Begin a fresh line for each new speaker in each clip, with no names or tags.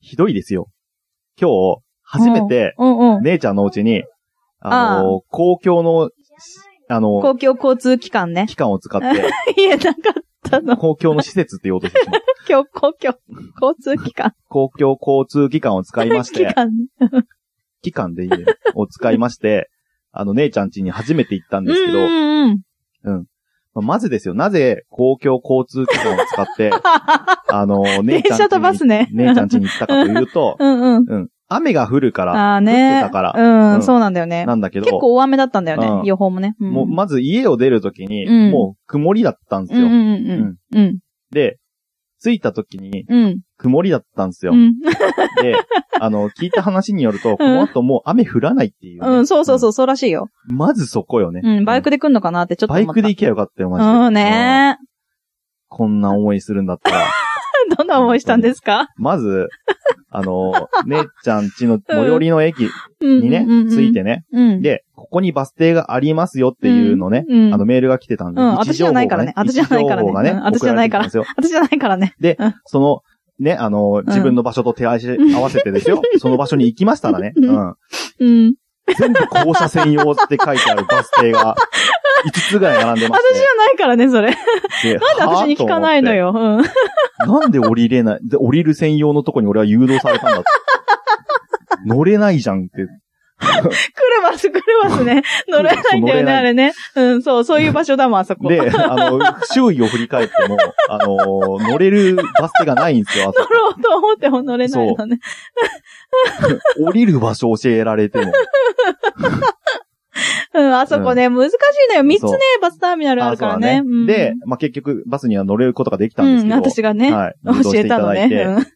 ひどいですよ。今日、初めて、
うんうん。
姉ちゃんのお家に、あの、公共の、あの、
公共交通機関ね。
機関を使って、
言えなかったの。
公共の施設って言おうとして しまった。
今日、公共、交通機関。
公共交通機関を使いまし
機
て、
関
機関でいいね、を使いまして、あの、姉ちゃん家に初めて行ったんで
うん
すけど、
うんうん。
まあまずですよ、なぜ公共交通機関を使 って、あの、姉
電
ちゃん家に
車とバスね。
姉ちゃん家に行ったかというと、
うんうん。
うん、雨が降るから、
ああ
降っ
ね。
てたから
う、
うんん
そうなんだよね。
なんだけど、
結構大雨だったんだよね
う。ん
予報もね。うん
もう、まず家を出るときに、
うん
もう曇りだったんです
うん
よ。
うんうんうん。うん。
で、着いたときに
うん。
曇りだったんですよ。
うん。
で、あの、聞いた話によると、この後もう雨降らないっていうね、
うん、そうそうそう、そうらしいよ。
うんまずそこよね。
うん、バイクで来んのかなってちょっ
バ
と思っ
イ
た。
クで行けばよかったよ、マジで。
うんね
うんこんな思いするんだったら。
どんな思いしたんですか
まず、あの、姉ちゃん家の最寄りの駅に
に
ね、ついてね。
うん。
で、ここにバス停がありますよっていうのね。
うんうん
あのメールが来てたんで。
うん
位置情報がね
私じゃないから
位置情
ね
報がね
うん私じゃないから
送れてきたんですよ
私じゃないからね。
その、ね、あの、自分の場所と手合いし合わせてですよ。その場所に行きましたらね。
うん
うん。
うん。
全部校舎専用って書いてあるバス停 が、5つぐらい並んでま
私じゃないからね、それ。なん
して。
で私に聞かないの
よ
よ。うん。
なんで降りれない、で、降りる専用のとこに俺は誘導されたんだって。乗れないじゃんって。
来るバス、来るバ スね。乗れないんだよ
そう乗れ
ね、
ない
あれね。うん、そう、そういう場所だもん、あそこ。
で、あの、周囲を振り返っても、あの、乗れるバス停がないんですよ、あそ
乗ろうと思っても乗れないのね。
こ。降りる場所を教えられても。
うん、あそこね、難しいのよ。三つね、バスターミナルあるから
あ
ね。
そうだ
うん
で、、まあ、結局、バスには乗れることができた
うん
ですけ
ん、
ど。
私がね、
はい。誘導
教
して
え
いた
たの
だいて。
ね。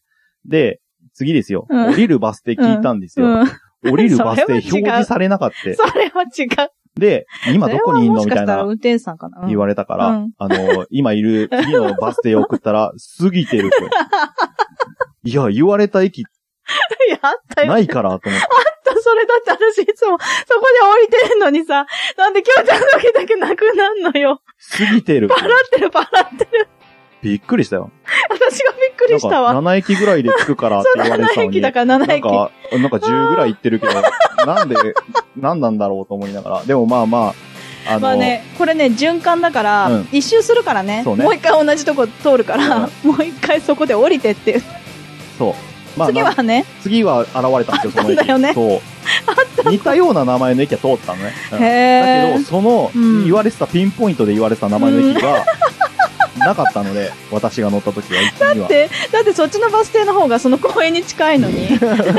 で、次ですよ。
うん
降りるバス停聞いたんです
うん
よ。
うん。
降りるバス停表
それは違う
示されなかっ
そ
た。
れは違う。
で、今どこにいんの
そ
み
れは
い
もしたかしたら
な
運転手さんかな。
言われたから、
うん
あの、今いる次のバス停を送ったら、過ぎ てると。いや、言われた駅
れ やったよ。
ないからと思って。
それだって私いつもそこで降りてんのにさ、なんで今日ちゃんの時だけなくなんの よ。
過ぎてる。
パラってるパラってる。
びっくりしたよ。
私がびっく
なん
り
か
したわ。
7駅ぐらいで着くからって言われてた
7
のに。
駅だ
な
から7
ん
駅。
か、なんか10ぐらい行って るけど、なんで、なんなんだろうと思いながら。でもまあまあ、あの、
まあね、これね、循環だから、
うん
一周するからね
そうね
もう一回同じとこ通るから、もう一回そこで降りてっていう。
そう。まあ、
次
な
はね、
次は現れたんですよ、その
あったんだよね
駅。 そう。似たような名前の駅は通ったのね。うんだ
へ
け
ー
ど、その、
うん
言われてた、ピンポイントで言われてた名前の駅が、なかったので、私が乗った時は、一気には。
でだってそっちのバス停の方がその公園に近いのに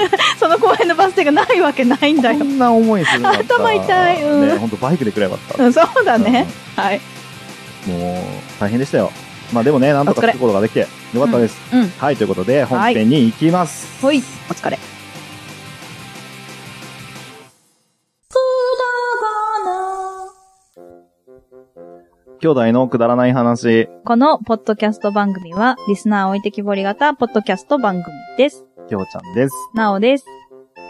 その公園のバス停がないわけないんだ
こ
よ、
んな思いするんだったら
頭痛いうん
ね、ほんとバイクでくればよかった。
うん、そうだね、はい
うんもう、大変でしたよ。まあでもね、なんとか
お疲れ
することができて、よかったです。
うんうん
はい、ということで、本編に行きます。
ほいお疲れ
兄弟のくだらない話。
このポッドキャスト番組は、リスナー置いてきぼり型ポッドキャスト番組です。
きょうちゃんです。
なおです。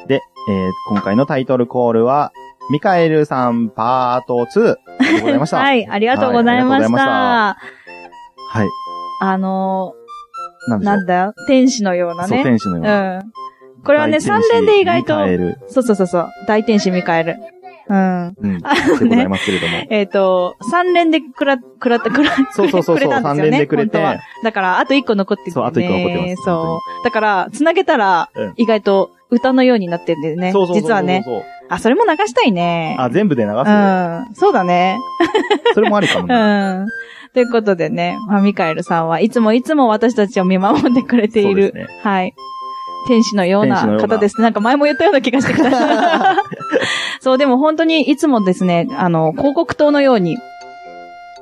で、えー今回のタイトルコールは、ミカエルさんパート2でございました。
は。い、ありがとうございました。
は
あ
はい。
の
なん
ー、
でしょ
な
うん
だよ、天使のような
そう、
ね。
天使のよう
う
な。
ん。これはね、
大天
3
使
連で意外と
ミカ、エル
そうそうそうそう、大天使ミカエル。うん。
うん。
あ
でご
の
ざい
ね、
ますけれども。
えっ、と、3連でくら、くらった、くら、
そうそうそうそう
くれたんですよね
三連でくれて
本当はだから、あと1個残ってるんだ
そう
よね
あと一個残ってます
そう。だから、繋げたら
うん、
意外と歌のようになってるんだよね。
そうそうそうそうそう
実はね。。あ、それも流したいね。
あ、全部で流す。
うん。そうだね。
それもありかも
う
ね。
ん。ということでね、まあ、ミカエルさんはいつもいつも私たちを見守ってくれてい
そうで
る、
すね。
はい。天使のよう
天使のよ
な
うな
方ですね。なんか前も言ったような気がしてきた。 そう、でも本当にいつもですね、あの、広告塔のように、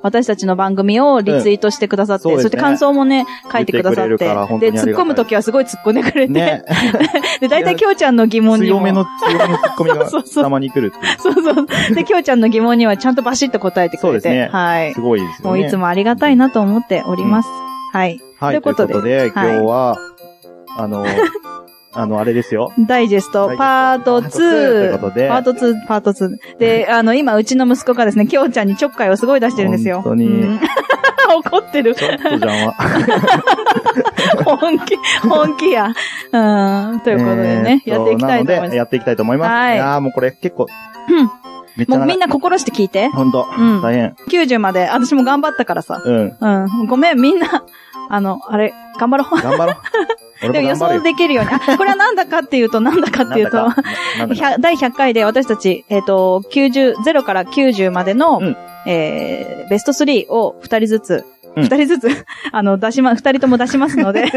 私たちの番組をリツイートしてくださって、
うんそうです
そ
ね
して感想もね、書いてくださっ
言ってくれる
て、
から本当
で、
にあ
突
り
っ
がた
込
い
むときはすごい突っ込んでくれて、
ね。
で、大体きょうちゃんの疑問にも。
強めの、強めのツッコミが
そうそうそう
たまに来るっていう
そうそう。で、きょうちゃんの疑問にはちゃんとバシッと答えてくれて。
そうですね
はい。
すごいですよね。
もういつもありがたいなと思っております。はい。
はい、と
とい
いうう
こ
こと
で
とで、今日は、あの、あの、あれですよ。
ダイジェスト、パート2。
ダイジェストパート2ということで
パート2、パート2。で、あの、今、うちの息子がですね、きょうちゃんにちょっかいをすごい出してるんですよ。
本当に
うん 怒ってる。
ちょっと邪魔。
本気、本気や。うん。 ということでね、
えー
や
と
っていきたいと
な
思
ので、
いま
やっていきたいと思います。
はい
いやーもうこれ結構、
す。うん。
めっちゃ
もう
長
み
い
ん。な心して聞いて。
ほんと、
うん
大変。
90まで、私も頑張ったからさ。
うん。
うん。ごめん、みんな、あの、あれ、頑張ろう。
頑張ろ う。
で
俺
も
も
予
頑張る
想
よ。
できるように。あ、これはなんだかっていうと、なんだかっていうと
なんだ、かなんだか
100第100回で私たち、えっ、と、90、0から90までの、
うん
えーベスト3を2人ずつ、
うん
2人ずつ、 あの、出しま、2人とも出しますので、2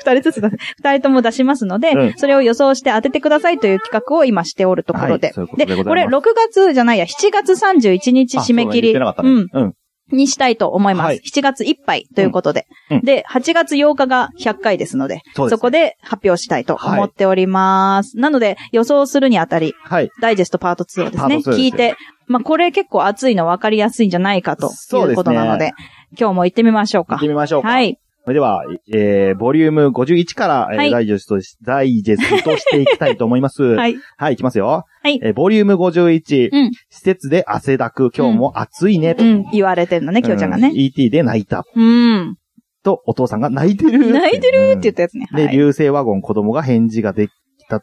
人ず つだ、2人とも出しますので、
うん
それを予想して当ててくださいという企画を今しておるところで。
はいそういうことでございます
これ6月じゃないや、7月31日締め切り。
あそうだ言ってなかったね
うん。
うん。
にしたいと思います。
はい
7月いっぱいということで、
うんうん
で、8月8日が100回ですので、
そうですね
こで発表したいと思っております。なので、予想するにあたり、
はい。
ダイジェストパート2をです
パ
ね、
ート2です
聞いて、まあ、これ結構熱いの分かりやすいんじゃないかとい
そう
う
ですね
ことなので、今日も行ってみましょう
行
か
って。みましょうか。
はい。
それでは、えー、ボリューム51から、えー
はい
ダイジェストし、ダイジェストしていきたいと思います。はい、
はい。
い、きますよ。
はい
えー、ボリューム51、
うん
施設で汗だく、今日も暑いね。
うん、言われてるのね、きょうちゃんがね
う。ET で泣いた。
うん。
と、お父さんが泣いてる。
泣いてるって言
っ
ったやつね。
で、
はい
流星ワゴン子供が返事ができた。ん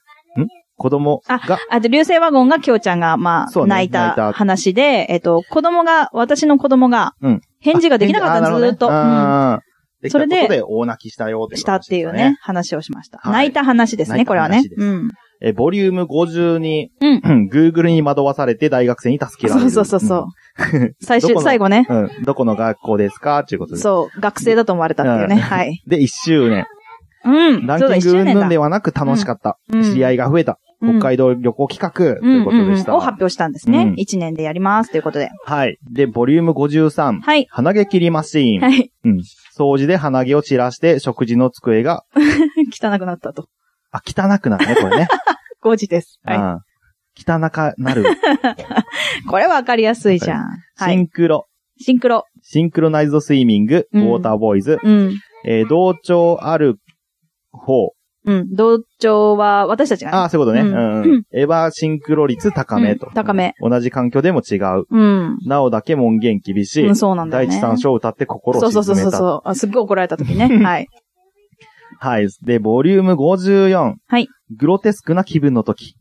子供が、
あと、流星ワゴンがきょうちゃんが、ま
そ
あ、
うね
泣い
泣いた
た話で、えっと、子供が、私の子供が
うん、
返事ができなかった
あ
の、ずーっと。
なるほどね
うん
あーできた
それで
ことで大泣きしたよっていう
した
話
って
で
い
すよ
うね、。話をしました。
はい
泣いた話です
泣
ね、
いた
これはね
話で。す
うん。
えー、ボリューム52、
うん
Google に惑わされて大学生に助けられ
そ
る。
うそうそうそう。 最
ど
終、
この
最後ね。
うん。うん。どこの学校ですかっていうことです。
そう、学生だと思われたっていうね。
うん
はい。
で、1周年。
うん。
ラン
そうだ、
キン
一
グ
周
云
年だ
々で。はなく楽しかった。
うん
知り合いが増えた。
うん
北海道旅行企画。と
うん
いうことでした。
うんうんを発表したんです
うん
ね。一年でやりますということで。
はい。で、ボリューム53。
はい。
鼻毛切りマシーン。
はい。
うん。掃除で鼻毛を散らして、食事の机が、
汚くなったと。
あ、汚くなるね、これね。
5時です。
う
は
ん汚かなる。
い。これわかりやすいじゃん。は
シ
い。
ンクロ。
シンクロ。
シンクロナイズドスイミング、ウ
うん
ォーターボーイズ、
うん。
えー同調ある方。
うん。同調は私たちがね。
ああ、そういうことね。
うん
うん
う
うんエヴァシンクロ率高めと。
うん高め。
同じ環境でも違う。
うん。
なおだけ門限厳しい。
うんそうなんだよ
第
ね。
一三章を歌って心を
そ
沈
う
め
そ
た。
うそうそうそう。あすっごい怒られた時ね。 はい。
はい。で、ボリューム54。
はい。
グロテスクな気分の時。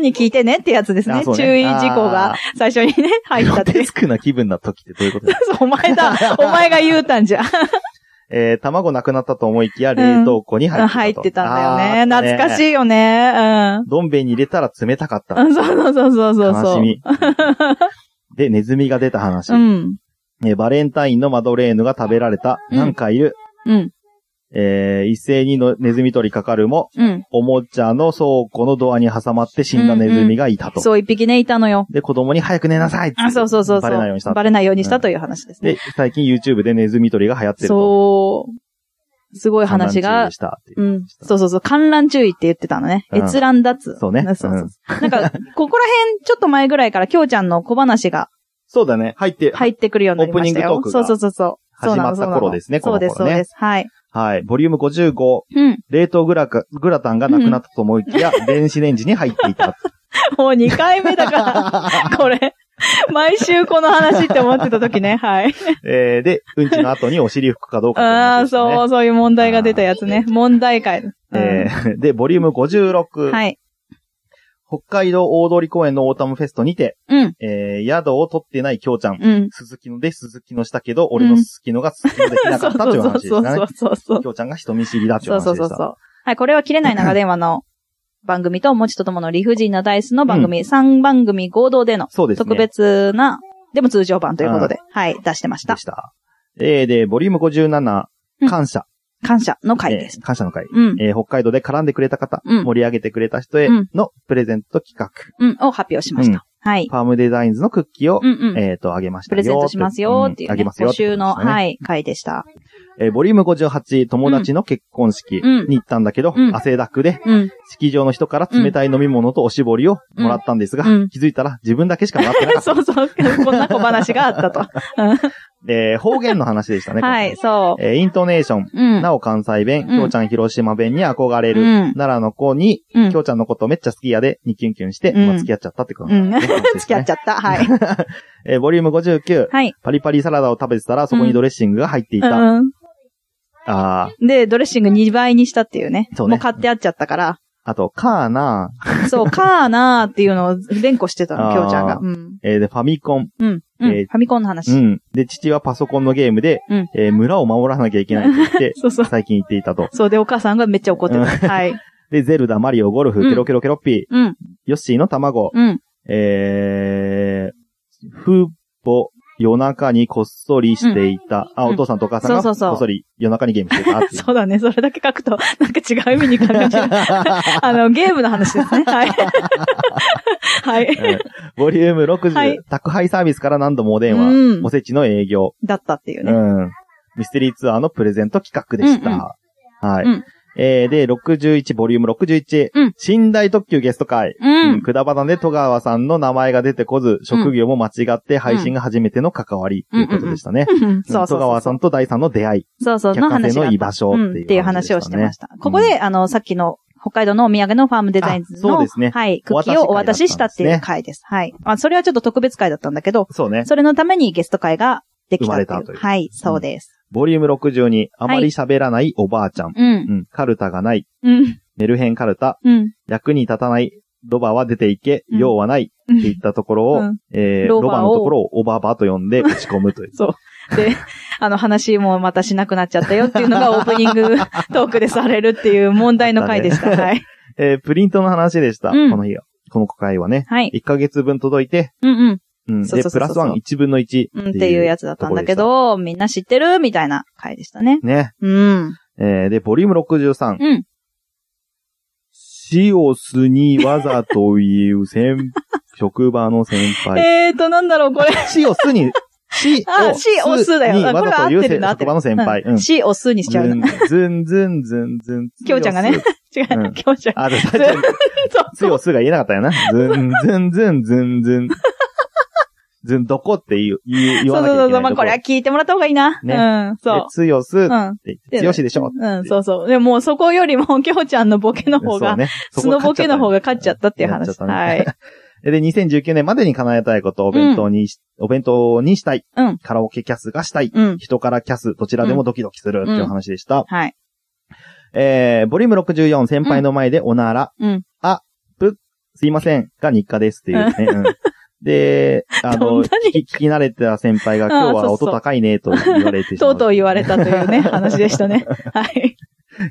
に聞いてねってやつです
あ
ね。
そうね
注意事項
あ
が
ー
最初にね、入っ
グ
た
ロ
って
テ。スクな気分の時ってどう いうこと ですか
お 前だ。お前が言うたんじゃ。
えー、卵なくなったと思いきや冷凍庫に入ってたと、
入ってたんだよね。
あー
懐かし
ね
いよね。うん。
どん兵衛に入れたら冷たかった。
あ そうそうそうそうそう。
悲しみ。で、ネズミが出た話、
うん。
えーバレンタインのマドレーヌが食べられた。
うん
なんかいる。
うん。
えー、一斉にのネズミ取りかかるも、
うん。
おもちゃの倉庫のドアに挟まって死んだネズミがいたと。
そう一匹ね、いたのよ。
で、子供に早く寝なさいっつって
あ、そうそうそうそう。
バレないようにした。
バレないようにしたという話ですね。
で、最近 YouTube でネズミ取りが流行ってると。
そう。すごい話
観覧注
が
意し。たっていう
うん。そうそうそう。観覧注意って言ってたのね。
うん
閲覧脱。
そうね。
そうそううんな んか、ここら辺、ちょっと前ぐらいから、きょうちゃんの小話が
そうだね。入って、
入ってくるようになりましたよ。
オープニングトークが
そうそうそうそう。
始まった頃ですね
そうなの
こ
そ
の頃
う
ね
なのそうです、そうです。はい。
はい。ボリューム55、
うん。
冷凍グラカグラタンがなくなったと思いきや、 電子レンジに入っていた。
もう2回目だ から、これ。毎週この話って思ってた時ね。はい。
えー、で、うんちの後にお尻拭くかどうか、
ああ、そう、そういう問題が出たやつね。問題会。うん
えー、で、ボリューム56、
はい。
北海道大通公園のオータムフェストにて、
うん。
えー、宿を取ってない京ちゃん。
うん。
鈴木ので鈴木のしたけど、俺の鈴木のが鈴木のできなか
そ
っ
う
たという
そ
話
う
ですね。
そうそうそう。
京ちゃんが人見知りだという
そう
話
そ
で
う
し
そ
た。
うそう。はい、これは切れない長電話の番組と、もちとともの理不尽なダイスの番組、3番組合同での
そうですね。
特別な、でも通常版ということで、はい、出してました
で。した。えー、で、ボリューム57
う、ん
感謝。
感謝の会で
え
す。
ー感謝の会。
うん。
えー北海道で絡んでくれた方、
うん
盛り上げてくれた人へ
うん
のプレゼント企画、
うん、を発表しました。はい。
ファームデザインズのクッキーを、
うんうん。
えっ、と、あげましたよ
プレゼントしますよっていう、
ん
ね。
あげますよ
募集の、
い。
はい、会でした。
えーボリューム58、友達の結婚式
うん
に行ったんだけど、
うん
汗だくで、
うん。
式場の人から冷たい飲み物とおしぼりをもらったんですが、
うん
気づいたら自分だけしかもらってなかった。
そうそう、こんな小話があったと。
えー方言の話でしたね。
はい、
今
そ
回。えーイントネーション。
う。うん。
なお関西弁、
うん
きょうちゃん広島弁に憧れる。
うん
奈良の子に、
うん
きょうちゃんのことめっちゃ好きやで、にキュンキュンして、
うん
まあ付き合っちゃったってこと
う
なん
ん。
ですね。
付き合っちゃった。はい。
えーボリューム59、
はい。
パリパリサラダを食べてたら、そこにドレッシングが入っていた。あ
うん。
あー
で、ドレッシング2倍にしたっていうね。
そうね
もう買ってあっちゃったから。
あと、カーナ
そう、かーなーっていうのを連呼してた
あー
の、きょうちゃんが。うん。
ー、えーで、ファミコン。
うん。
え
うん
ー
ファミコンの
う
話。
ん。で、父はパソコンのゲームで、
うん
えー村を守らなきゃいけないって言って、
そうそう。
最近言っていたと。
そうで、お母さんがめっちゃ怒って
うん
た。はい。
で、ゼルダ、マリオ、ゴルフ、
うん
ケロケロケロッピー、
うん。
ヨッシーの卵、
うん。
えー、ふぼ、夜中にこっそりしていた。あ、
うん
お父さんとお母さんが
そ
こ
うそうそう
っそり夜中にゲームしてた っていう。
そうだね。それだけ書くと、 なんか違う意味に感 じる。あの、ゲームの話ですね。はい。はい。
うんボリューム60、
はい
宅配サービスから何度もお電話、
うん
お。せちの営業、
だったっていう
う
ね。
ん、ミステリーツアーのプレゼント企画でした。はい。
うん
えー、で、61、ボリューム61、
うん
寝台特急ゲスト会。
う
うんん。。くだばなで戸川さんの名前が出てこず、職業も間違って配信が初めての関わり、ということでしたね。
うん そうそうそ
戸
う。
川さんと第三の出会い。
そうそう、
百
の
貨
話
店
があ
の
った
居場所
う
っ
んってて
い
いうう
話
話
で
を
し
したて
ね
ました。ここで、あの、さっきの北海道のお土産のファームデザインズ
あそう
の
ですね、
はい、クッキーをお渡ししたっていう回です。はい。まあ、それはちょっと特別回だったんだけど、
そうね。
それのためにゲスト会ができたって
生まれた
い
と
う。
いう
はい、そうです。
ボリューム62、あまり喋らないおばあちゃん。
う。
うんん。カルタがない。
うん。
メルヘンカルタ。
うん。
役に立たない。ロバは出ていけ。
うん
用はない。って
うん
言ったところを、
うん
えー、ロ
ロ
バ
バを。
のところをおばばと呼んで打ち込むという
で、あの話もまたしなくなっちゃったよっていう のがオープニング トークでされるっていう問題の回でした。はい。
えー、プリントの話でした。
うん
この日は。この回はね。
はい。
1ヶ月分届いて、
うんうん。
うん。
そう
で、プ
そうそうそう
ラスワン1分の1っていう
うん、っていうやつだったんだけ
とこ
ど、みんな知ってるみたいな回でしたね。
ろでした。ね。
うん。
えー、で、ボリューム63。
うん。
シオスにわざと言う先、職場の先輩。
えーと、なんだろう、これ。
シオスに、 シ
あ、し、オスだよ。
に
あ
わ
これ
ざと
は合っ
言う
て
せ
るな、合って
職場の先輩。う
る。
ん。
し、オスにしちゃうな。
ずんずんずんずん。
きょうちゃんがね。違う
うん
な、きょうちゃん。
あ、で、
ずん
つよすが言えなかったよな。ずんずんずんずんずん。ずんどこって言う、言う言
そ
わ
う
なきゃいけ
そ
な
う
い
そ
と
う。まあ、これは
こ。
聞いてもらった方がいいな。
ね
うん、そう。
つよすっ
うん。
て、つよしでしょって
うん、そうそう。でももうそこよりも、きょうちゃんのボケの方
そう
が、
ね。
素のボケの方が勝っちゃったっていう
やっ
話
ち。ゃったね
はい。
で、2019年までに叶えたいこと、お弁当にし、お弁当にしたい。
うん
カラオケキャスがしたい。
うん。
人からキャス、どちらでもドキドキするっていう話でした。
はい。
えー、ボリューム64、先輩の前でおなら、
うん。
すいません、が日課ですっていう ね。うんで、あ
ど
の、
んな
聞
に
き聞き慣れてた先輩が
あー
今日は
そうそ
音
う
高いねと言われてしま
とうとう言われ
た。
たとい うね、話でしたね。はい。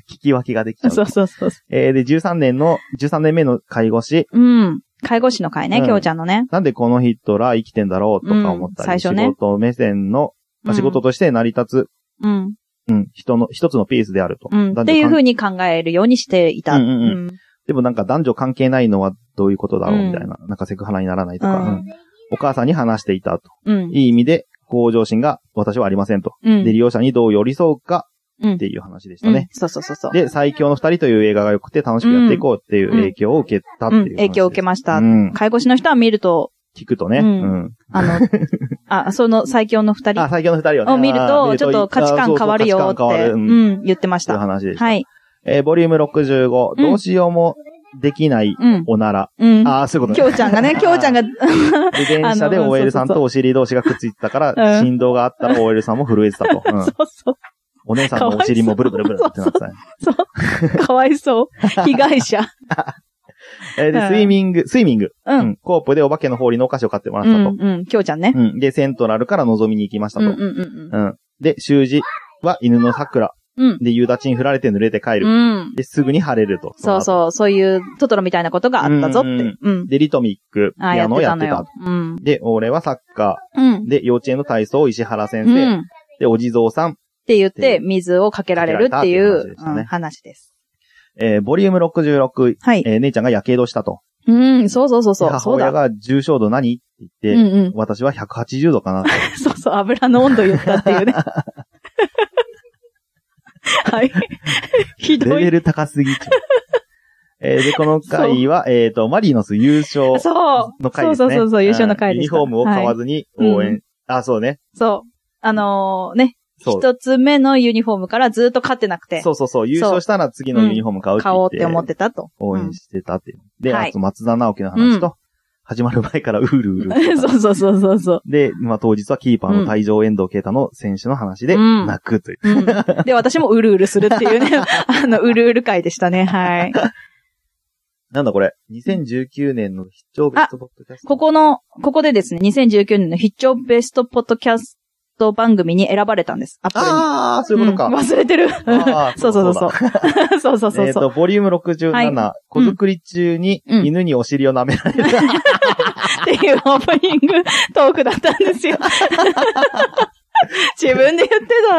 聞き分けができちゃう。
そうそうそう。
えー、で、13年の、13年目の介護士、
うん。介護士の会
う
ね、
ん
きょうちゃんのね。
なんでこの人ら生きてんだろうとか思ったり、
うん最初ね
仕事目線の、まあ
うん
仕事として成り立つ、
うん。
うん、人の、一つのピースであると。
うん。
男女
っていうふ
関
うに考えるようにしていた。
うんうんうん
ん。
でもなんか男女関係ないのはどういうことだろうみたいな。なんかセクハラにならないとか、
うん
うんお母さんに話していたと。
うん。
いい意味で、向上心が私はありませんと。
うん
で、利用者にどう寄り添うか
うん
っていう話でしたね。
うんそうそうそうそう。
で、最強の二人という映画が良くて楽しくやっていこうっていう影響を受けたって
う
い
ん
う、
影響を受け
まし
ましたた。
うん。
介護士の人は見 ると、
聞くとね。う
うんん。あの、あ、その最強の二
あ、
人
最強の二人をね。
を見る
あー
と、ちょっと価値観変わるよ
そう
っ
そう価値観変わる
て、う
うん。
ん、言ってまし
そういう
た。
話でした。
はい。
えーボリューム65、
うん
どうしようもできない
うん。
おなら。
う ん。
ああ、そういうこと
きょうちゃんがね、きょうちゃんが、
で、電車で
あのうん
OL さん
そうそうそ
とお尻同士がくっついてたから、
うん
振動があったら OL さんも震えてたと。うん
そうそう。
お姉さんのお尻もブルブルブルってなってたね。
かわ いそう。被害者。
えーで、
うん
スイミング、スイミング。
う。
うんん。コープでお化けの氷のお菓子を買ってもらっ
う
た
ん
と。。
うん。きょうちゃんね。
うん。で、セントラルから望みに行きました
うんうん
と。
うん
うん。で、習字は犬の桜。
うん。
で、夕立に振られて濡れて帰
う
る。
ん。うん。
で、すぐに晴れると。
そう
の後
そう、そういうトトロみたいなことがあったぞって。
うんうん
うん。
で、リトミック、ピ
ああ、や
ア
っ
ノを
て
や
た
っ
の
てた
よ。。うん。
で、俺はサッカ
うん
ー。。で、幼稚園の体操を石原先
う
生。
ん。
で、お地蔵さん。
って言って、水をかけられるっていう
かけられたっていう話でしたね
うん話です。
えーボリューム66。
はい。
えー姉ちゃんが火傷したと。
うん、そうそうそうそ
で
う。
母
そう
親
だ。
が重症度何って言って、
うんうん。
私は180度か な。
そうそう、油の温度言ったってい うね。はい。 ひど
レベ
い。
ル高すぎちゃう。えーで、この回は、えっ、と、マリノス優勝。
そう。
の回で
そう
す
そ
ね。
うそうそう、優勝の回
うんユ
で
ニ
す。
フォームを買わ
ず。
ずに応援。
は
あ、そうね。
そう。あのーね、
そう。
一つ目のユニフォームからずっと勝ってなくて、
そうそうそう。優勝したら次のユニフォーム買うって
買
言
おう
っ。
ってて思ってたと。
応
うん
援してたっていう。で、
はい
あと松田直樹の話と、始まる前からうるうる。
そうそうそうそうそう。
で、まあ当日はキーパーの退場遠藤慶太の選手の話で、
うん
泣くという。
うん、で、私もうるうるするって いうね、あの、うるうる会でしたね。はい。
なんだこれ ?2019 年の必聴ベストポッドキャスト。
ここの、ここでですね、2019年の必聴ベストポッドキャスト番組に選ばれたんです。アップルに。
ああ、そういうことか。
ん忘れてる。
あー
そうそうそう
だ
そう。 そうそうそ
え
う
っ
そう。
と、ボリューム67、
は
子作り中に
うん
犬にお尻を舐められた。
っていうオープニングトークだったんで すよ。自分で言っ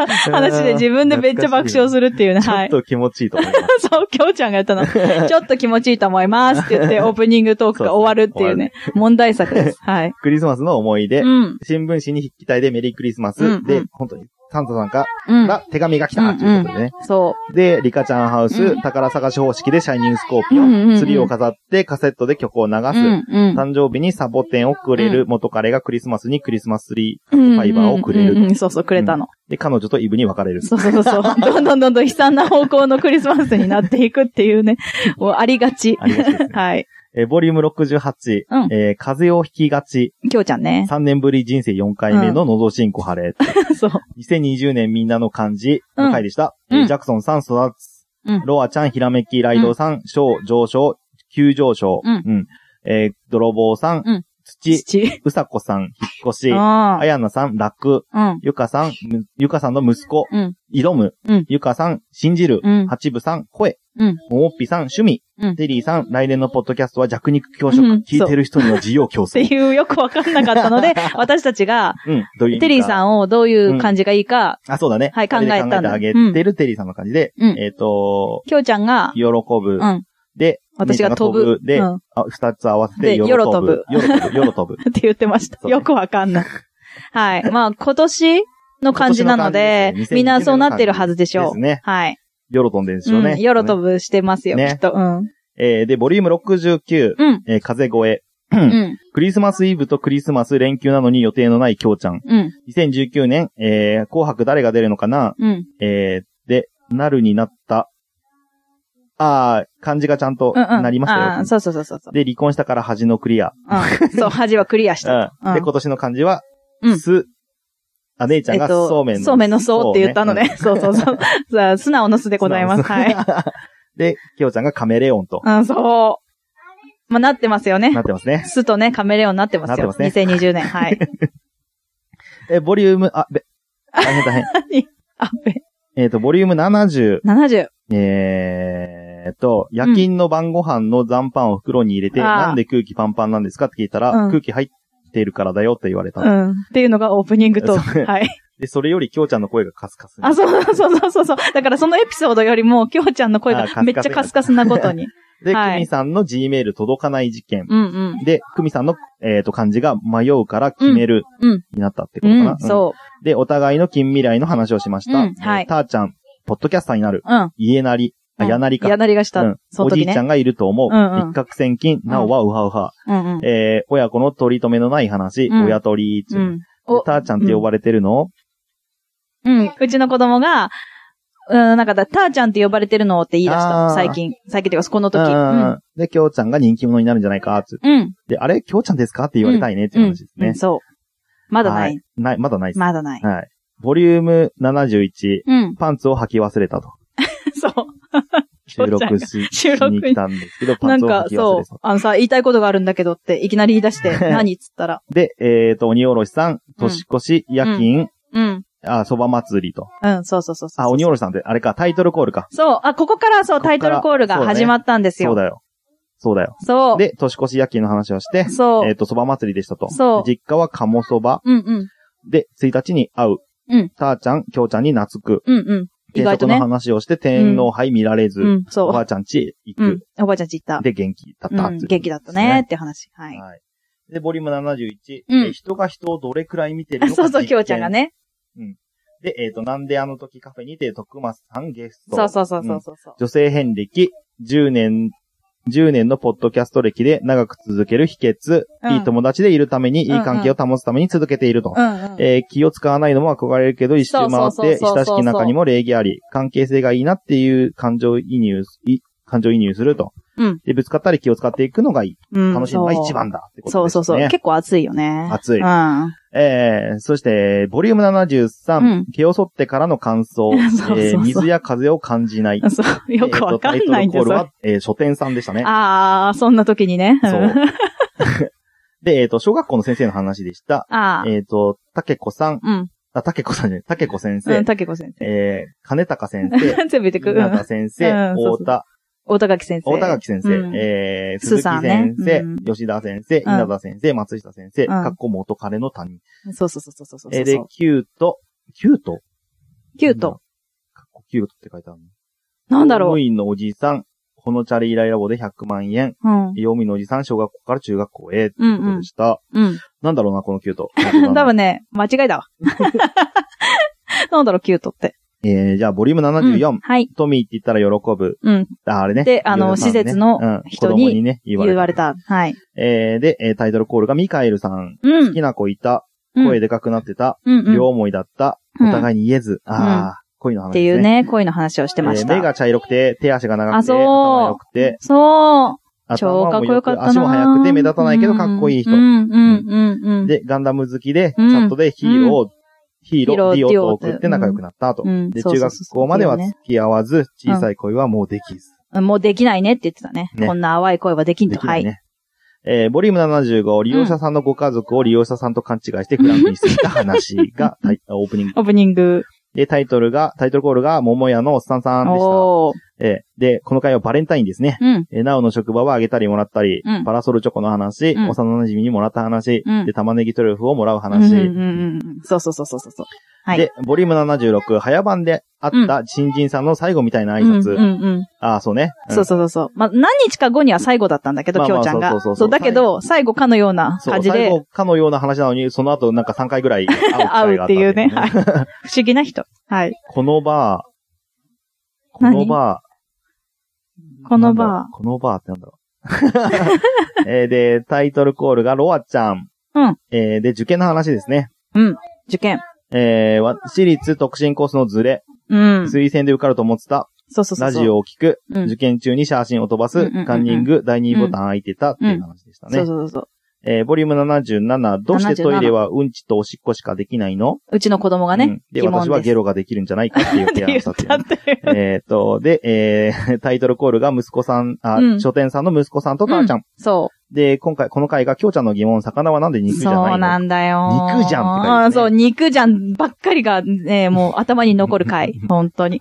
てた 話で自分でめっちゃ爆笑するっていうね。
ちょ
は
っ
い。
と気持ちいいと思います。
そう、きょうちゃんがや ったの。ちょっと気持ちいいと思いますって言って、オープニングトークが終わるっていうね、問題作です。はい。
クリスマスの思い出、
うん。
新聞紙に筆記体でメリークリスマス、
うんう
で
ん、
本当に、サンタさんか
うん。
ら手紙が来た、ということでね。
そ
で、リカちゃんハウス、
うん
宝探し方式でシャイニングスコーピオン、
うんうんうん
ツリーを飾ってカセットで曲を流す、
う。うん。うん。
誕生日にサボテンをくれる元彼がクリスマスにクリスマスツリー、
フ
ァイバーをくれる
うんうん、そうそう、くれたの。
で、彼女とイブに別れる。
そうそ うそう。どんどんどんどん悲惨な方向のクリスマスになっていくっていうね、もうありがち。
ありがちで すね
はい。
えーボリューム68、
うん
えー風邪をひきがち、
きょうちゃ んね。
3年ぶり人生4回目の喉進行晴れ、
そう。
2020年みんなの漢字の回でした。
うん
えー
うん
ジャクソンさん育つ、
うん
ロアちゃんひらめき、ライドさん、小、上昇、急上昇、
うん
えー泥棒さん、
うん
土、
父。
うさこさん、引っ越し、
あ
あやなさん、楽。
あ。うん。
ゆかさん、むゆかさんの息子。
うん
挑む。
うん
ゆかさん、信じる。
うん
八部さん、声。
うん
ももっぴさん、趣味。
うん
テリーさん、来年のポッドキャストは弱肉強食。
うん
聞いてる人には自由競
って
争。
いうよくわかんなかったの で、私たちが、
うん。どういう意味か
テリーさんをどういう感じがいいか、
あ、そうだね。
はい
二人で
考えたんだ
考えてあげてるテリーさんの感じで。
うん
えっ、と、
きょうちゃんが、
喜ぶ。
うん
で、
私が飛
み
ぶ
んなで、
うん
あ二つ合わせて、
で
喜ぶ。喜
よろ飛ぶ
ぶ。喜ぶ。喜ぶ。
って言ってました。
そうね
よくわか んない。はい。まあ、今年 の感じなので、
今年の感じですね
みんなそうなってるはずでしょ
です
う。
ね。
はい。
喜んでるんでしょう
う
ね。
ん、よろ飛ぶしてますよ、
ね
きっと。うん。
えーで、ボリューム69、
うん。
えー風声。
うん。
クリスマスイブとクリスマス連休なのに予定のない京ちゃん。
うん。
2019年、えー、紅白誰が出るのかな
うん。
えー、で、なるになった。あー、漢字がちゃんと
うん。うん。
なりましたよ。
あーそうそうそうそう。
で、離婚したから恥のクリア。
う ん。そう、恥はクリアしたと。
う
うん
ん。で、今年の漢字は、
うん
す、あ、姉ちゃんがそうめんの、
そうめんのそうって言ったのね。そうそうそう。さあ素直の素でございます。
そう
は
ね
い。
で、きょうちゃんがカメレオンと
うん、そう。まあ、なってますよね
な。ってますね。
素とね、カメレオンになってますよ。
なってますね
2020年。 はい。
え、ボリューム、あ、べ、大変 大変。
あ、べ、
えっと、ボリューム70、
70。
えーっと、夜勤の晩ご飯の残飯を袋に入れて、
あー
なんで空気パンパンなんですかって聞いたら、
うん
空気入ってるからだよって言われた。
うん。っていうのがオープニングトーク。はい。
で、それよりきょうちゃんの声がカスカスに。
あ、そうそうそうそうそう。だからそのエピソードよりも、きょうちゃんの声
あカスカ
が
ス
めっちゃカスカスなこ とに。
で、
はい
くみさんの G メール届かない事件。
うんうん。
で、くみさんの、えーっ、と、漢字が迷うから決める、
うんうん
になったってことかな。
うん、そ
うんで、お互いの近未来の話をしました。
うんはい
えーたーちゃん、ポッドキャスターになる。
う。うん。
家なり、あ、
うん
やなりか。
やなりがし
う
た
ん。
その
おじ
時
い
ね
ちゃ。んがいると思う。
うんうん
一攫千金、なおはウハウハ。
うんうん。
えー、親子の取り留めのない話、
うん
親取り、
う
で
ん。お、
たーちゃんって呼ばれてるの、
うん。うちの子供が、うん、なんかだ、たーちゃんって呼ばれてるのって言い出し
あ
た
ー
の。最近。最近っていうか、この
う
時。うん。
ん、で、きょうちゃんが人気者になるんじゃないか、つって。
うん。
で、あれきょうちゃんですかって言われたいね、っていう話です
う
ね
ん、。そう。まだな
はいい。。ない、まだないです。
まだない。
はい。ボリューム71、
うん。
パンツを履き忘れたと。
そう。
収録し、し
収録
に来たんですけど、パ
な
ン
ん
ツを
か
履、き忘
そ
れ
う
たと。。
あのさ、言いたいことがあるんだけどって、いきなり言い 出して、何っつったら。
で、えっ、と、鬼おろしさん、年越し、夜勤、
うん。
あ、そば祭りと。
うん、そうそうそうそう。
あ、鬼おろしさんって、あれか、タイトルコールか。
そう、あ、ここからそう、
ここ
タ
から
イトルコールが始まったんです
そう
よ。
だよ。そうだよ。
そう。
で、年越し夜勤の話をして、
そう
えっ、と、そば祭りでしたと。
そう
実家は鴨そば。
うんうん。
で、1日に会う。
うん
たーちゃん、きょうちゃんに懐く。
うんうん。意
定
外と
食
ね
の。話をして、天皇杯見られず。
うん、
おば
そ
あちゃん家へ行
う。うん
く。。
おばあちゃんち行った。
で、元気だった
う
っていうこと
ん、
です、
元気だったねって話。はい。
はい。で、ボリューム71、
うん
え人が人をどれくらい見てる
あ
のか
そうそう、きょうちゃんが
ね。
ね。
で、えっ、と、なんであの時カフェにて、徳松さんゲスト。
そうそうそうそうそう。
女性遍歴、10年10年のポッドキャスト歴で長く続ける秘訣、
うん
いい友達でいるために、いい
うんうん
関係を保つために続けていると。
うんうん。
えー気を使わないのも憧れるけど、一周回っ
そうそう
て、
そうそうそう
親しき中にも礼儀あり、関係性がいいなっていう感情移入す、い感情移入すると。
うん
で、ぶつかったり気を使っていくのがいい。
うん
楽しいのが一番だってこと
そう
です
そ
ね。
うそう。結構熱いよね。
熱い
うん。
えー、そして、ボリューム73、
うん
毛を剃ってからの感想、え
そうそうそう
ー水や風を感じない。
そう。 よくわかんないん
え
で
ーとタイトルコー
す
ル
よ。
は、えー書店さんでしたね。
あー、そんな時にね。。
そうん で、えっ、と、小学校の先生の話でした。
あー。
えっ、と、竹子さん、
うん。
あ、竹子さんじゃない、竹子先
う
生
ん、、竹子先生。
えー、金高先生、
全部言ってくる。う
稲
ん
田先生、
うんそうそう
大田、
大高木先生。
大田垣先生、
うん
えー、
スー
鈴木
さんね
先生、
うん
吉田先生、稲田先生、松下先生、
ん
かっこ元彼の他人。
そうそうそうそうそうそう
えー、で、キュート、キュート
キュート。。
かっこキュートって書いてあるの。
なんだ
公
ろ
務員のおじいさん、ほのチャレイライラボで100万円、
う。うん。
読みのおじさん、小学校から中学校へ、ってことでした。
うん。
なんだろうな、このキュー ト。
多分ね、間違いだわ。なんだろう、キュートって。
えー、じゃあ、ボリューム74。
うんはい。
トミーって言ったら喜ぶ。
うん。
あ、あれね。
であの
ユーザーさんね
施設の
うん
人に
子供にね、言われ
言
た。
われた。はい。
えー、で、えータイトルコールがミカエルさん。
う
好
ん
き。な子いた。
うん
声でかくなってた。
うんうん
両思いだった。
うん
お互いに言えず。あー、恋の話
っ
です、
て
ね。
いう。ね、恋の話をしてまし
えー目
た。
が茶色くて、手足が長
あ
くて、
そう
頭が良くて、
そう。超
頭
かっ
も
こよ
良
かっ
く、
たな。
足も速くて、目立たないけどかっこいい人
う。ん、うん、うん、うん。
で、ガンダム好きで、チ
うん
ャットでヒーロー、ヒーロー、
ヒ
デ
ーロー
ィオと送って仲良くなったと。
うん、
で、
そう
中
そう
学
そう
校までは
そう
付き合わず、小さい恋はもうできず。
ねもうできないねって言ってたね。
ね
こんな淡い恋はできん
で
と。
き
は
ない
い。
ね。えーボリューム75、利用者さんのご家族を利用者さんと勘違いしてフランクにしていた話が、タイオープニング。
オープニング。
で、タイトルが、タイトルコールが、桃屋のおっさんさんでし
おー。
た。えーで、この回はバレンタインですね。
うん。
えーなおの職場はあげたりもらったり、
うん
パラソルチョコの話、
うん
幼馴染にもらった話、
うん
で、玉ねぎトリュフをもらう
うん、う
話、
ん、うんうん。そうそうそうそうそうそう。はい。
で、ボリューム76、早番であった新人さんの最後みたいな挨拶。
うん、うん、うん。
ああ、そうね。ん
そうそうそうそう。まあ、何日か後には最後だったんだけど、
まあ
き
ま
ょ
あ
うちゃん
そ
が
うそうそう。そ
そうう、だけど、最後かのような
そう
感じ
最
で、
後かのような話なのに、その後なんか3回ぐらい会う機会があ
会う
った
っていうね。
は
はいい。不 思議な人。はい。
このバー、このバー、
こ
な
の
んだ
バ
ろうこのバーってなんだろう。 えーで、タイトルコールがロアちゃん。
うん。
えーで、受験の話ですね。
ー、受験。
えーわ私立特進コースのズレ、
うん。そう
推薦で受かると思ってた、
そうそうそう。
ラジオを聞く、
うん
受験中に写真を飛ばす、
うんうんうんうん
カンニング、第2ボタン開いてたっていう話でしたね。
そうそうそうそう。
えーボリューム77、どうしてトイレはうんちとおしっこしかできないの
うちの子供が
う
ね
ん、で、
疑問
私は
です
ゲ。ロができるんじゃないかっていう提案をしたっていうね、
って言ったっていう。
えっと、で、えー タイトルコールが息子さん、あ、
うん
書店さんの息子さんとターちゃん。
そ
で、今回、この回が、きょうちゃんの疑問、魚はなんで
う。
肉じゃないの
そうなんだよ。
肉じゃんって書いてあるね
あーそう、肉じゃんばっかりが、ね、もう頭に残る 回。本当に。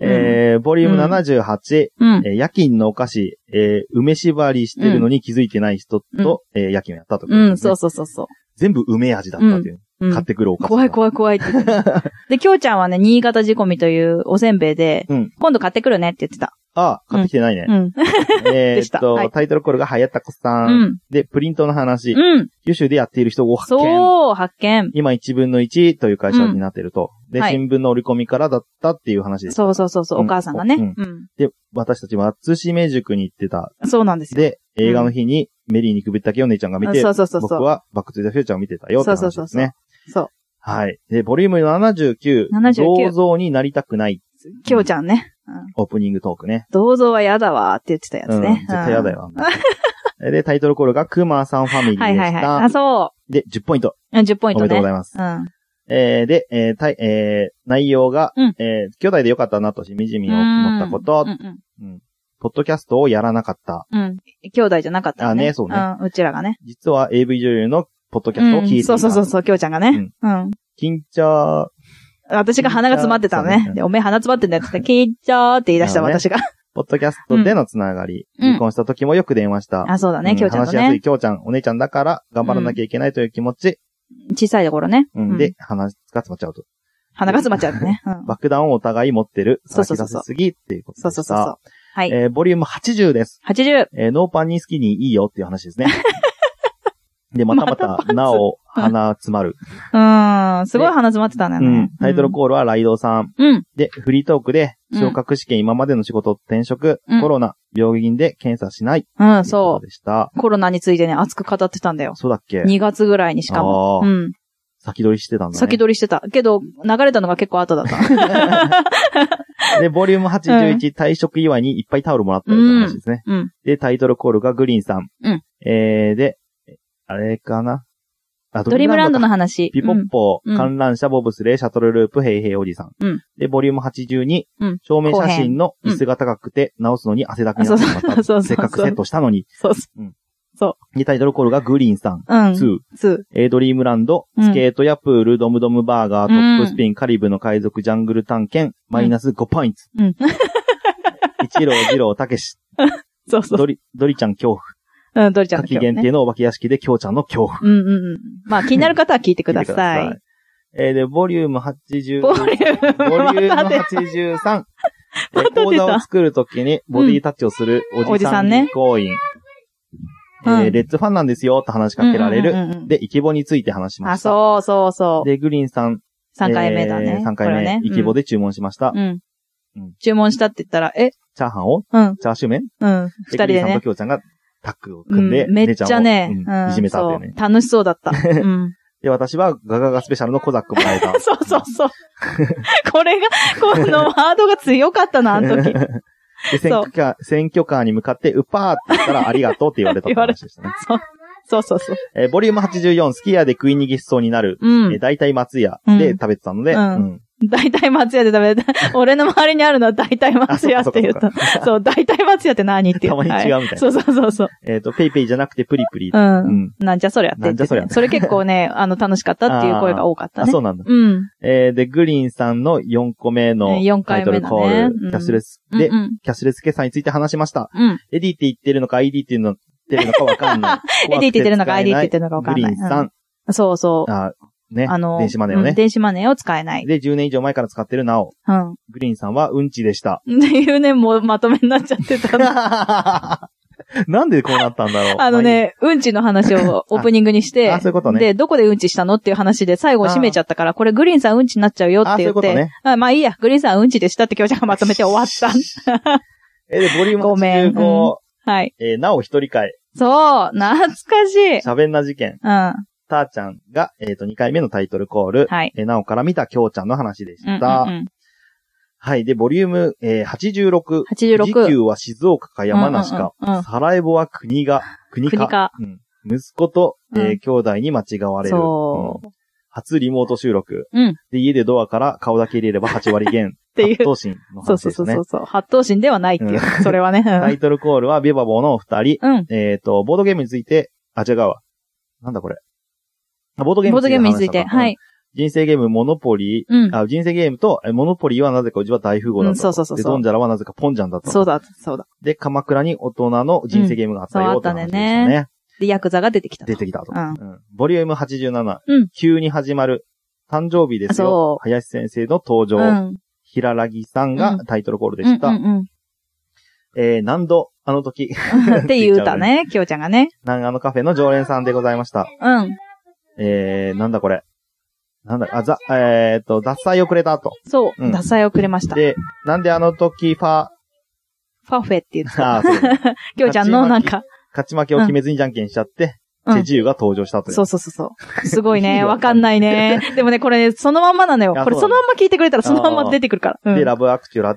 えーボリューム
うん
78、
うん。
えー夜勤のお菓子、えー梅縛りしてるのに気づいてない人と、えー夜勤をやったと、
うん、そう。そうそうそ
全部梅味だったっていう。
う。うん
買ってくるお菓子。
怖い怖い怖い って言ってたで、きょうちゃんはね、新潟仕込みというおせんべいで、
うん
今度買ってくるねって言ってた。
あ、買ってきてないね。
うん。
え
で
ー
し
ったと、
はい
タイトルコールが、はやたこさん。
うん。
で、プリントの話、
うん。
九州でやっている人を発見。
そう、発見。
今1分の1という会社になってると。で、
はい
新聞の折り込みからだったっていう話です。
そうそうそうそう、
う
お
ん
母さんがね。
うん
うん。
で、私たちは松島塾に行ってた。
そうなんですよ。
で、映画の日にメリーにくびったけを姉ちゃんが見て、
そうそうそう
僕
そう。
はバックトゥザフューチャーを見てたよって話ですね。
そうそうそうそう。
はい。で、ボリューム79。
79
銅像になりたくない。
きょうちゃんね。うん
オープニングトークね。
銅像は嫌だわーって言ってたや
う
つ
ん。
ね。
絶対嫌だよ。あんなで、タイトルコールがクマさんファミリー
うん。は
で
い
し
はいはい。
た。
あ、そ
で、10ポイント。
う。うん10ポイン
お
ト
めでとうござ
ね。
います。
うん。
えーで、えーたいえー内容が、
うん
えー兄弟でよかったなとしみじみ思ったこ
う
と
ん、うん
ポッドキャストをやらなかった。
うん。兄弟じゃなかった
あねそうね
んうちらがね。
実は AV 女優のポッドキャストを
う
聞いて
ん。
いた。
そうそうそうそう、きょうちゃんがね。うん。
緊張。
私が鼻が詰まってたの
そうねう
ね
ん。
で、おめえ鼻詰まってんだよって言って、聞いちゃーって言い出した
なるほど
私が。
ポッドキャストでのつながり。
うん
離婚した時もよく電話した。
あ、そうだ
う
ね、
ん
きょうちゃん
話
と
しやすい
ね。
きょうちゃん、お姉ちゃんだから、頑張らなきゃいけないという気持ち。
小さい頃ね。
うん
うん
で、話が詰まっちゃうと。
鼻が詰まっちゃうね。 うん
爆弾をお互い持ってる。
そうそうそう
さらけ出せすぎっていうことで
そう
した。
そうそうそう。はい。
えーボリューム80です。
80。
えーノーパンに好きにいいよっていう話ですね。で、またま
またま
た、
た
なお、鼻詰まる。
うん。すごい鼻詰まってたんだよ
う
ね。
ん。タイトル
ー
コールはライドさん。
ル。うん。
で、フリートークで、
うん
昇格試験今までの仕事、転職、
うん
コロナ、病院で検査しない。
うん、
そ
そう
でした。
う。コロナについてね、熱く語ってたんだよ。
そうだっけ
2月ぐらいにしかも。
あ
う
ー
ん。
先取りしてたんだね。
先取りしてた。けど、流れたのが結構後だっ た。
で、ボリューム81、退職祝いにいっぱいタオルもらったよって話ですね。
うん。
で、タイトルコールがグリーンさん。
うん
えー、で、あれかなあ、
ドリームランドの
か
話。
ピポ
う
ッ
ん
ポ、
うん
観覧車、ボブスレー、シャトルループ、ヘイヘイおじさん。
うん
で、ボリューム82、
うん
正面写真の椅子が高くて、直すのに汗だくになってしまっ
あそうそうそうそ
た。
う
せっかくセットしたのに。
そうそう
で、タイトルコールがグリーンさん。
うん。
2、
ツ
えードリームランド、
うん
スケートやプール、ドムドムバーガー、トップスピン、カリブの海賊、ジャングル探検、マイナス5ポイント。
うん
一郎、二郎、たけし、
ー。そうそう。
ドリ、ドリちゃん恐
うん、ドリちゃ
怖。
んの
夏季
今日
限
ね。
定のお化け屋敷で、きょうちゃんの恐怖。
うんうんうん。まあ、気になる方は聞いてくださ
見て
い。
くえーで、ボリューム80、
ボリュー
ボ
ム。
リュー
また
ム
出た
83。え
また出た
講座を作るときにボディタッチをするお
お
じ
じ
さ
さ
ん
んね
銀行員。え
う
ー
ん
レッツファンなんですよって話しかけられ
うん
る。
うんうんうん
で、イケボについて話しま
あ、
した。
そうそうそう。
で、グリーンさん。
3回目だね。
3回
これ
目
ね。
イケボ
で。
で注文しました。
うん
うん。
注文したって言ったら、え、
チャーハンを
うん、
チャーシュー麺
うん。二人
グリー
で
ンさんと
ね。
きょうちゃんがタッグを
う
組ん
ん
で、、
めっちゃね
姉、ち
う
ゃんをうん
ん
いじめたんだよ
そ
ね
う。楽しそうだっ た。うん。。
で、私はガガガスペシャルのコザックもらえた
そうそうそう。これが、このワードが強かったな、あの時。
で、選挙カー、選挙カーに向かって、うぱーって言ったらありがとうって言われたって話でしたね。
そうそうそうそう。
えーボリューム84、スキヤで食い逃げしそうになる。
う
えー
ん。
大体松屋
うん
で食べてたので、
うん
うん
大体松屋で食べた。俺の周りにあるのは大体松屋って言う
あそ
と
っ。
そう、大体松屋って何っていう。
たまに違うみたいな
はそうそうそうそう。
えっと、ペイペイじゃなくてプリプリ。
うん
う。ん
なんじゃそりゃって言ってたね
なんじ
それ結構 ね、あの、楽しかったっていう声が多かった
あ、
ね。
そうなんだ。
うん。
えーで、グリーンさんの4個目の
えー四
タイト
回目
ル
だね
コール、
うん
キャッシュレス
うん
で、
うん。
キャッシュレス決済について話しました。
うん。。
エディって言ってるのか ID っていうの言ってるのかわかんない
エディって言ってるのか ID って言って
る
るのかわかんない。
グリーンさ、
うんそうそう。
あ、ね、
あの、
電子マネーを
うん
ね。
電子マネーを使えない。
で、10年以上前から使ってるなお。
うん。っ
グリーンさんはうんちでした。
ていうね、もうまとめになっちゃっ てたの。
なんでこうなったんだろう。
あのね、うんちの話 をオープニングにして、
あそういうことね
で、どこでうんちしたのっていう話で最後締めちゃったから、これグリーンさんうんちになっちゃうよ
あ
って言
そ
っ
ういうこと
て
ね、
あまあいいや、グリーンさんうんちでしたって教授がまとめて終わ った。
え、で、ボリューム
ごめん
85、
はい。
えーなお一人会、
そう、懐かしい。
しゃべんな事件、
うん。は
たーちゃんが、えっ、と、2回目のタイトルコール、
い。
えーなおから見たきょうちゃんの話でし
う
た。
んうんうん
はい。で、ボリューム、えー、86。
86
時給は静岡か山梨か、
うんうんうん
サラエボは国が、国か。
国か
うん息子と、えー
うん
兄弟に間違われる。
そ
うん初リモート収録。
うん。っ
で、家でドアから顔だけ入れれば8割 減。って
いう。
闘心の
そ
話で
うそう
す
そう
ね
そ。うそう。発動心ではないっていう。
う
それはね。
タイトルコール は、ビバボーのお二人。
うん。うん。
えっ、と、ボードゲームについて、あ、違うわ。なんだこれ。あボードゲーム
ボードゲームについて。
話したのか
は。
うん
い。
人生ゲーム、モノポリー、
うん。
あ、人生ゲームと、えモノポリーはなぜかうちは大富豪だったと、
うんそうそうそうそう
で、ドンジャラはなぜかポンジャンだったと
そうだ、そうだ。
で、鎌倉に大人の人生ゲームがあった
うん
よ、
そ
っ
う
て
あっ
話で
たん
し
だ
たね。
よねで、ヤクザが出てきたと。
出てきたと、
うん
ボリューム87。
うん
急に始まる。誕生日ですよ
そ。う
林先生の登場。
うん。
平らぎさん
う
が
ん
タイトルコールでした。
うん うん
えー、何度、あの時、
うん。っていう歌ね、きょうちゃんがね。
南あのカフェの常連さんでございました。
うん。
えー、なんだこれ。なんだ、あ、ざ、えーっと、脱菜をくれたと。
そうう。
ん
脱菜をくれました。フ
で、なんであの時ファ、
ァフェって言ってた。
あーそう だ
きょうちゃんのなんか、
勝ち負けを決めずにじゃんけんしちゃって、
うん
チェジウが登場したという。
そうそうそうそう。すごい
いい
ね。
よ
わかんないね。 でもね、これね、そのまんまなのよ
いや。
これ
そうな
そ
の
のまんま聞いてくれたらそのまんま出てくるから。う
で、
ん。
ラブアクチュラ、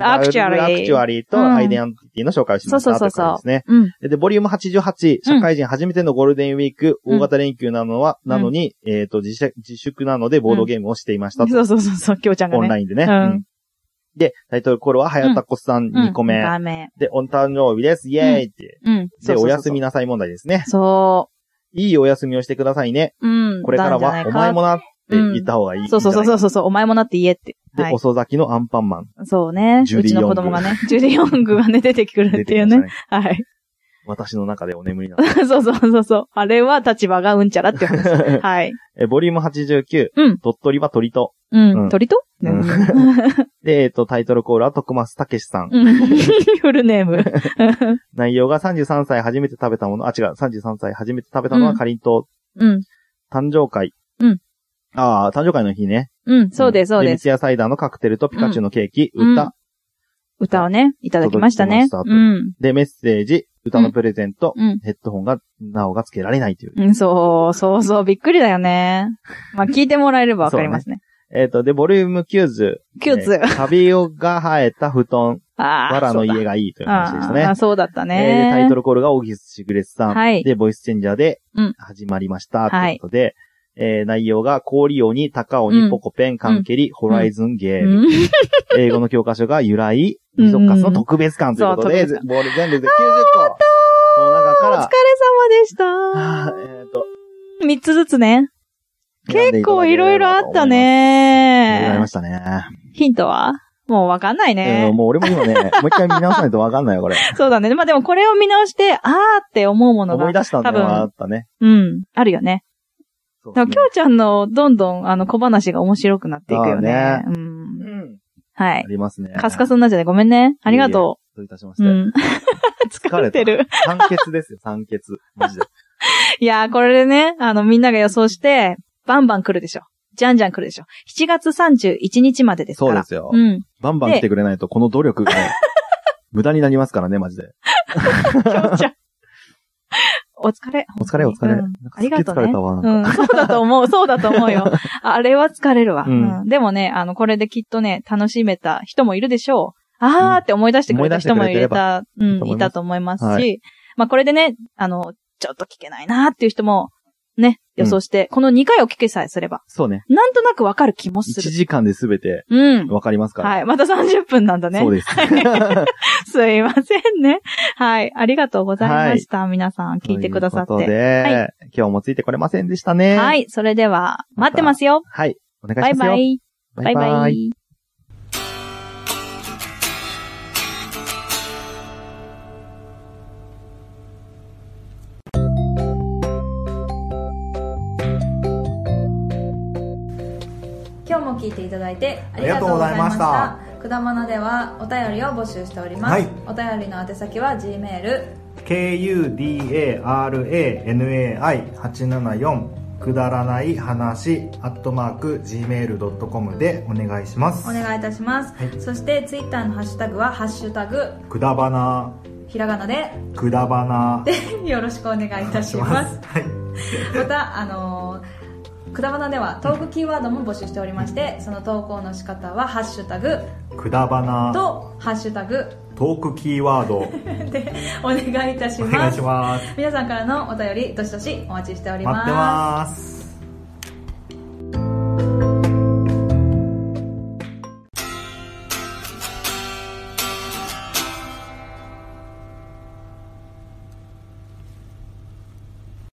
アクチュアリー
ラブアクチュアリーと
うん
アイデンティティの紹介をしました。
そうそうそうそう
とい感じですね。
うん。
でで、ボリューム88、
うん
社会人初めてのゴールデンウィーク、
うん
大型連休なのは、なのに、えっ、と自粛、自粛なのでボードゲームをしていましたと。
そうそうそうそう、きょうちゃんがね。
オンラインでね。
うん
うんで、タイトルコールは、はやたこさん
うん
2個目。
ダメ。
で、お誕生日です。イェーイって。
うん。
で、おやすみ
な。
なさい問題ですね。
そ
いいお休みをしてくださいね。
う。うん。
これから
なんじゃな
は、
い
お前もなって言った方がいいんじ
そ
ゃ
う
ないか。
そうそうそうそう、お前もなって言えって。
で
は、い。
遅咲きのアンパンマン
そうね。
ジュ
う
ディ
ちの子供がね、ジュディ・ヨングがね、出てくる
出
って
て
い
き
う
ました
ね。
ね。
はい。
私の中でお眠りなの。
そうそうそうそう。あれは立場がうんちゃらっていう 話。はい。
え、ボリューム89。
うん
鳥取は鳥と。
うん。
うん
鳥と、
う
うんん、
で、えっと、タイトルコールは徳松たけしさん。
フルネーム。
内容が33歳初めて食べたもの、あ、違う、33歳初めて食べたのは
うん
かりんと
うん。
う、誕生会。
うん。
ああ、誕生会の日ね。
うん。そうです、そうです。
ミヤサイダーのカクテルとピカチュウのケーキ、
うん
歌、
うん歌をね、いただきましたね。
届き
う
ま
ん。
で、メッセージ、歌のプレゼント、
うん。
ヘッドホンが、なおがつけられないという。
うん、そう、そうそう、びっくりだよね。まあ、聞いてもらえればわかりますね。
えっ、と、で、ボリューム90。
キューツ。
えーカビが生えた布団、
ああ。
わらの
そう
家がいいという
だ
話でした
あー
ね
あ、。そうだった
えーでタイ
ね
ト。ルコールが大木しぐれさん。
はい
で、ボイスチェンジャーで
うん、
始まりました。ということで、えー内容が、氷鬼、高鬼、ポコペン、カンケリ、ホライズンゲーム。
うん
英語の教科書が由来、
うん
リゾッカスの特別感ということで、
そう特別
ボール全部で90個。この中か
お疲れ
ら
様、でした。
あーえっと、
三つずつね。結構いろいろあった。ね
ございましたね。
ヒントはもうわかんない
うん
ね。
もう俺も今ね、もう一回見直さないとわかんないよ、これ。
そうだね。まあでもこれを見直して、あーって思うもの
思
が
い、出したんだよ
多分
な、あったね。
うん、あるよね。
そう
だからきょうちゃんのどんどんあの小話が面白くなっていくよね。
あー
うん。
うん
は
あ
い。
りますね。
カスカスになっちゃってごめんね。ありがと
といたしまし
う。
て。
うん。
疲れ
て
た。
る。
酸欠ですよ、酸欠。マジで。
いやー、これでね、あの、みんなが予想して、バンバン来るでしょ。じゃんじゃん来るでしょ。7月31日までですか
そう
ら。
ですよ。
うん。
バンバン来てくれないと、この努力が ね、無駄になりますからね、マジで。
きょうちゃん。 お疲れ。
お疲れ、お疲れ。
うん
なんか
ありがとうね
すっげえ疲れたわ、
う
なん
ん、
か。
そうだと思う、そうだと思 うよ。あれは疲れるわ、
う
うんんでもね、あの、これできっとね、楽しめた人もいるでしょう。あーって思い出してくれた人もいれた、う
いいと
ん、
思います
いたと思いますし、
は
まあ、これでね、あの、ちょっと聞けないなーっていう人も、ね、予想して、この2回を聞けさえすれば、
そうね。
なんとなくわかる気もす
1
る。
時間で全て
うん。
わかりますから。
はい。また30分なんだね
そう。です。
すいませんね。はい。ありがとうございました。皆さん、 聞いてくださっ
ということ
て。
で、
は
今日もついてこれませんでしたね。。
はいい。それでは、待ってますよ。
はい。お願
バ
い
イ
しますよ。
バイ。バイバイ。今日も聞いていただいてありがとうございました
あ
くだまなではお便りを募集しております、
はい
お便りの宛先は G メール
kudaranai874 くだらない話アットマーク gmail.com でお願いします
お願いいたします、
はい
そしてツイッターのハッシュタグは「ハッシュタグ
くだばな
ひらがなで
くだばな」
でよろしくお願いいたします
はい
またあのーくだばなではトークキーワードも募集しておりましてその投稿の仕方は「ハッシュタグ
くだば」な
と「ハッシュタグ
トークキーワード」
でお願いいたし
お
ま
願い
す
します
皆さんからのお便りどしどしお待ちしており
待ってます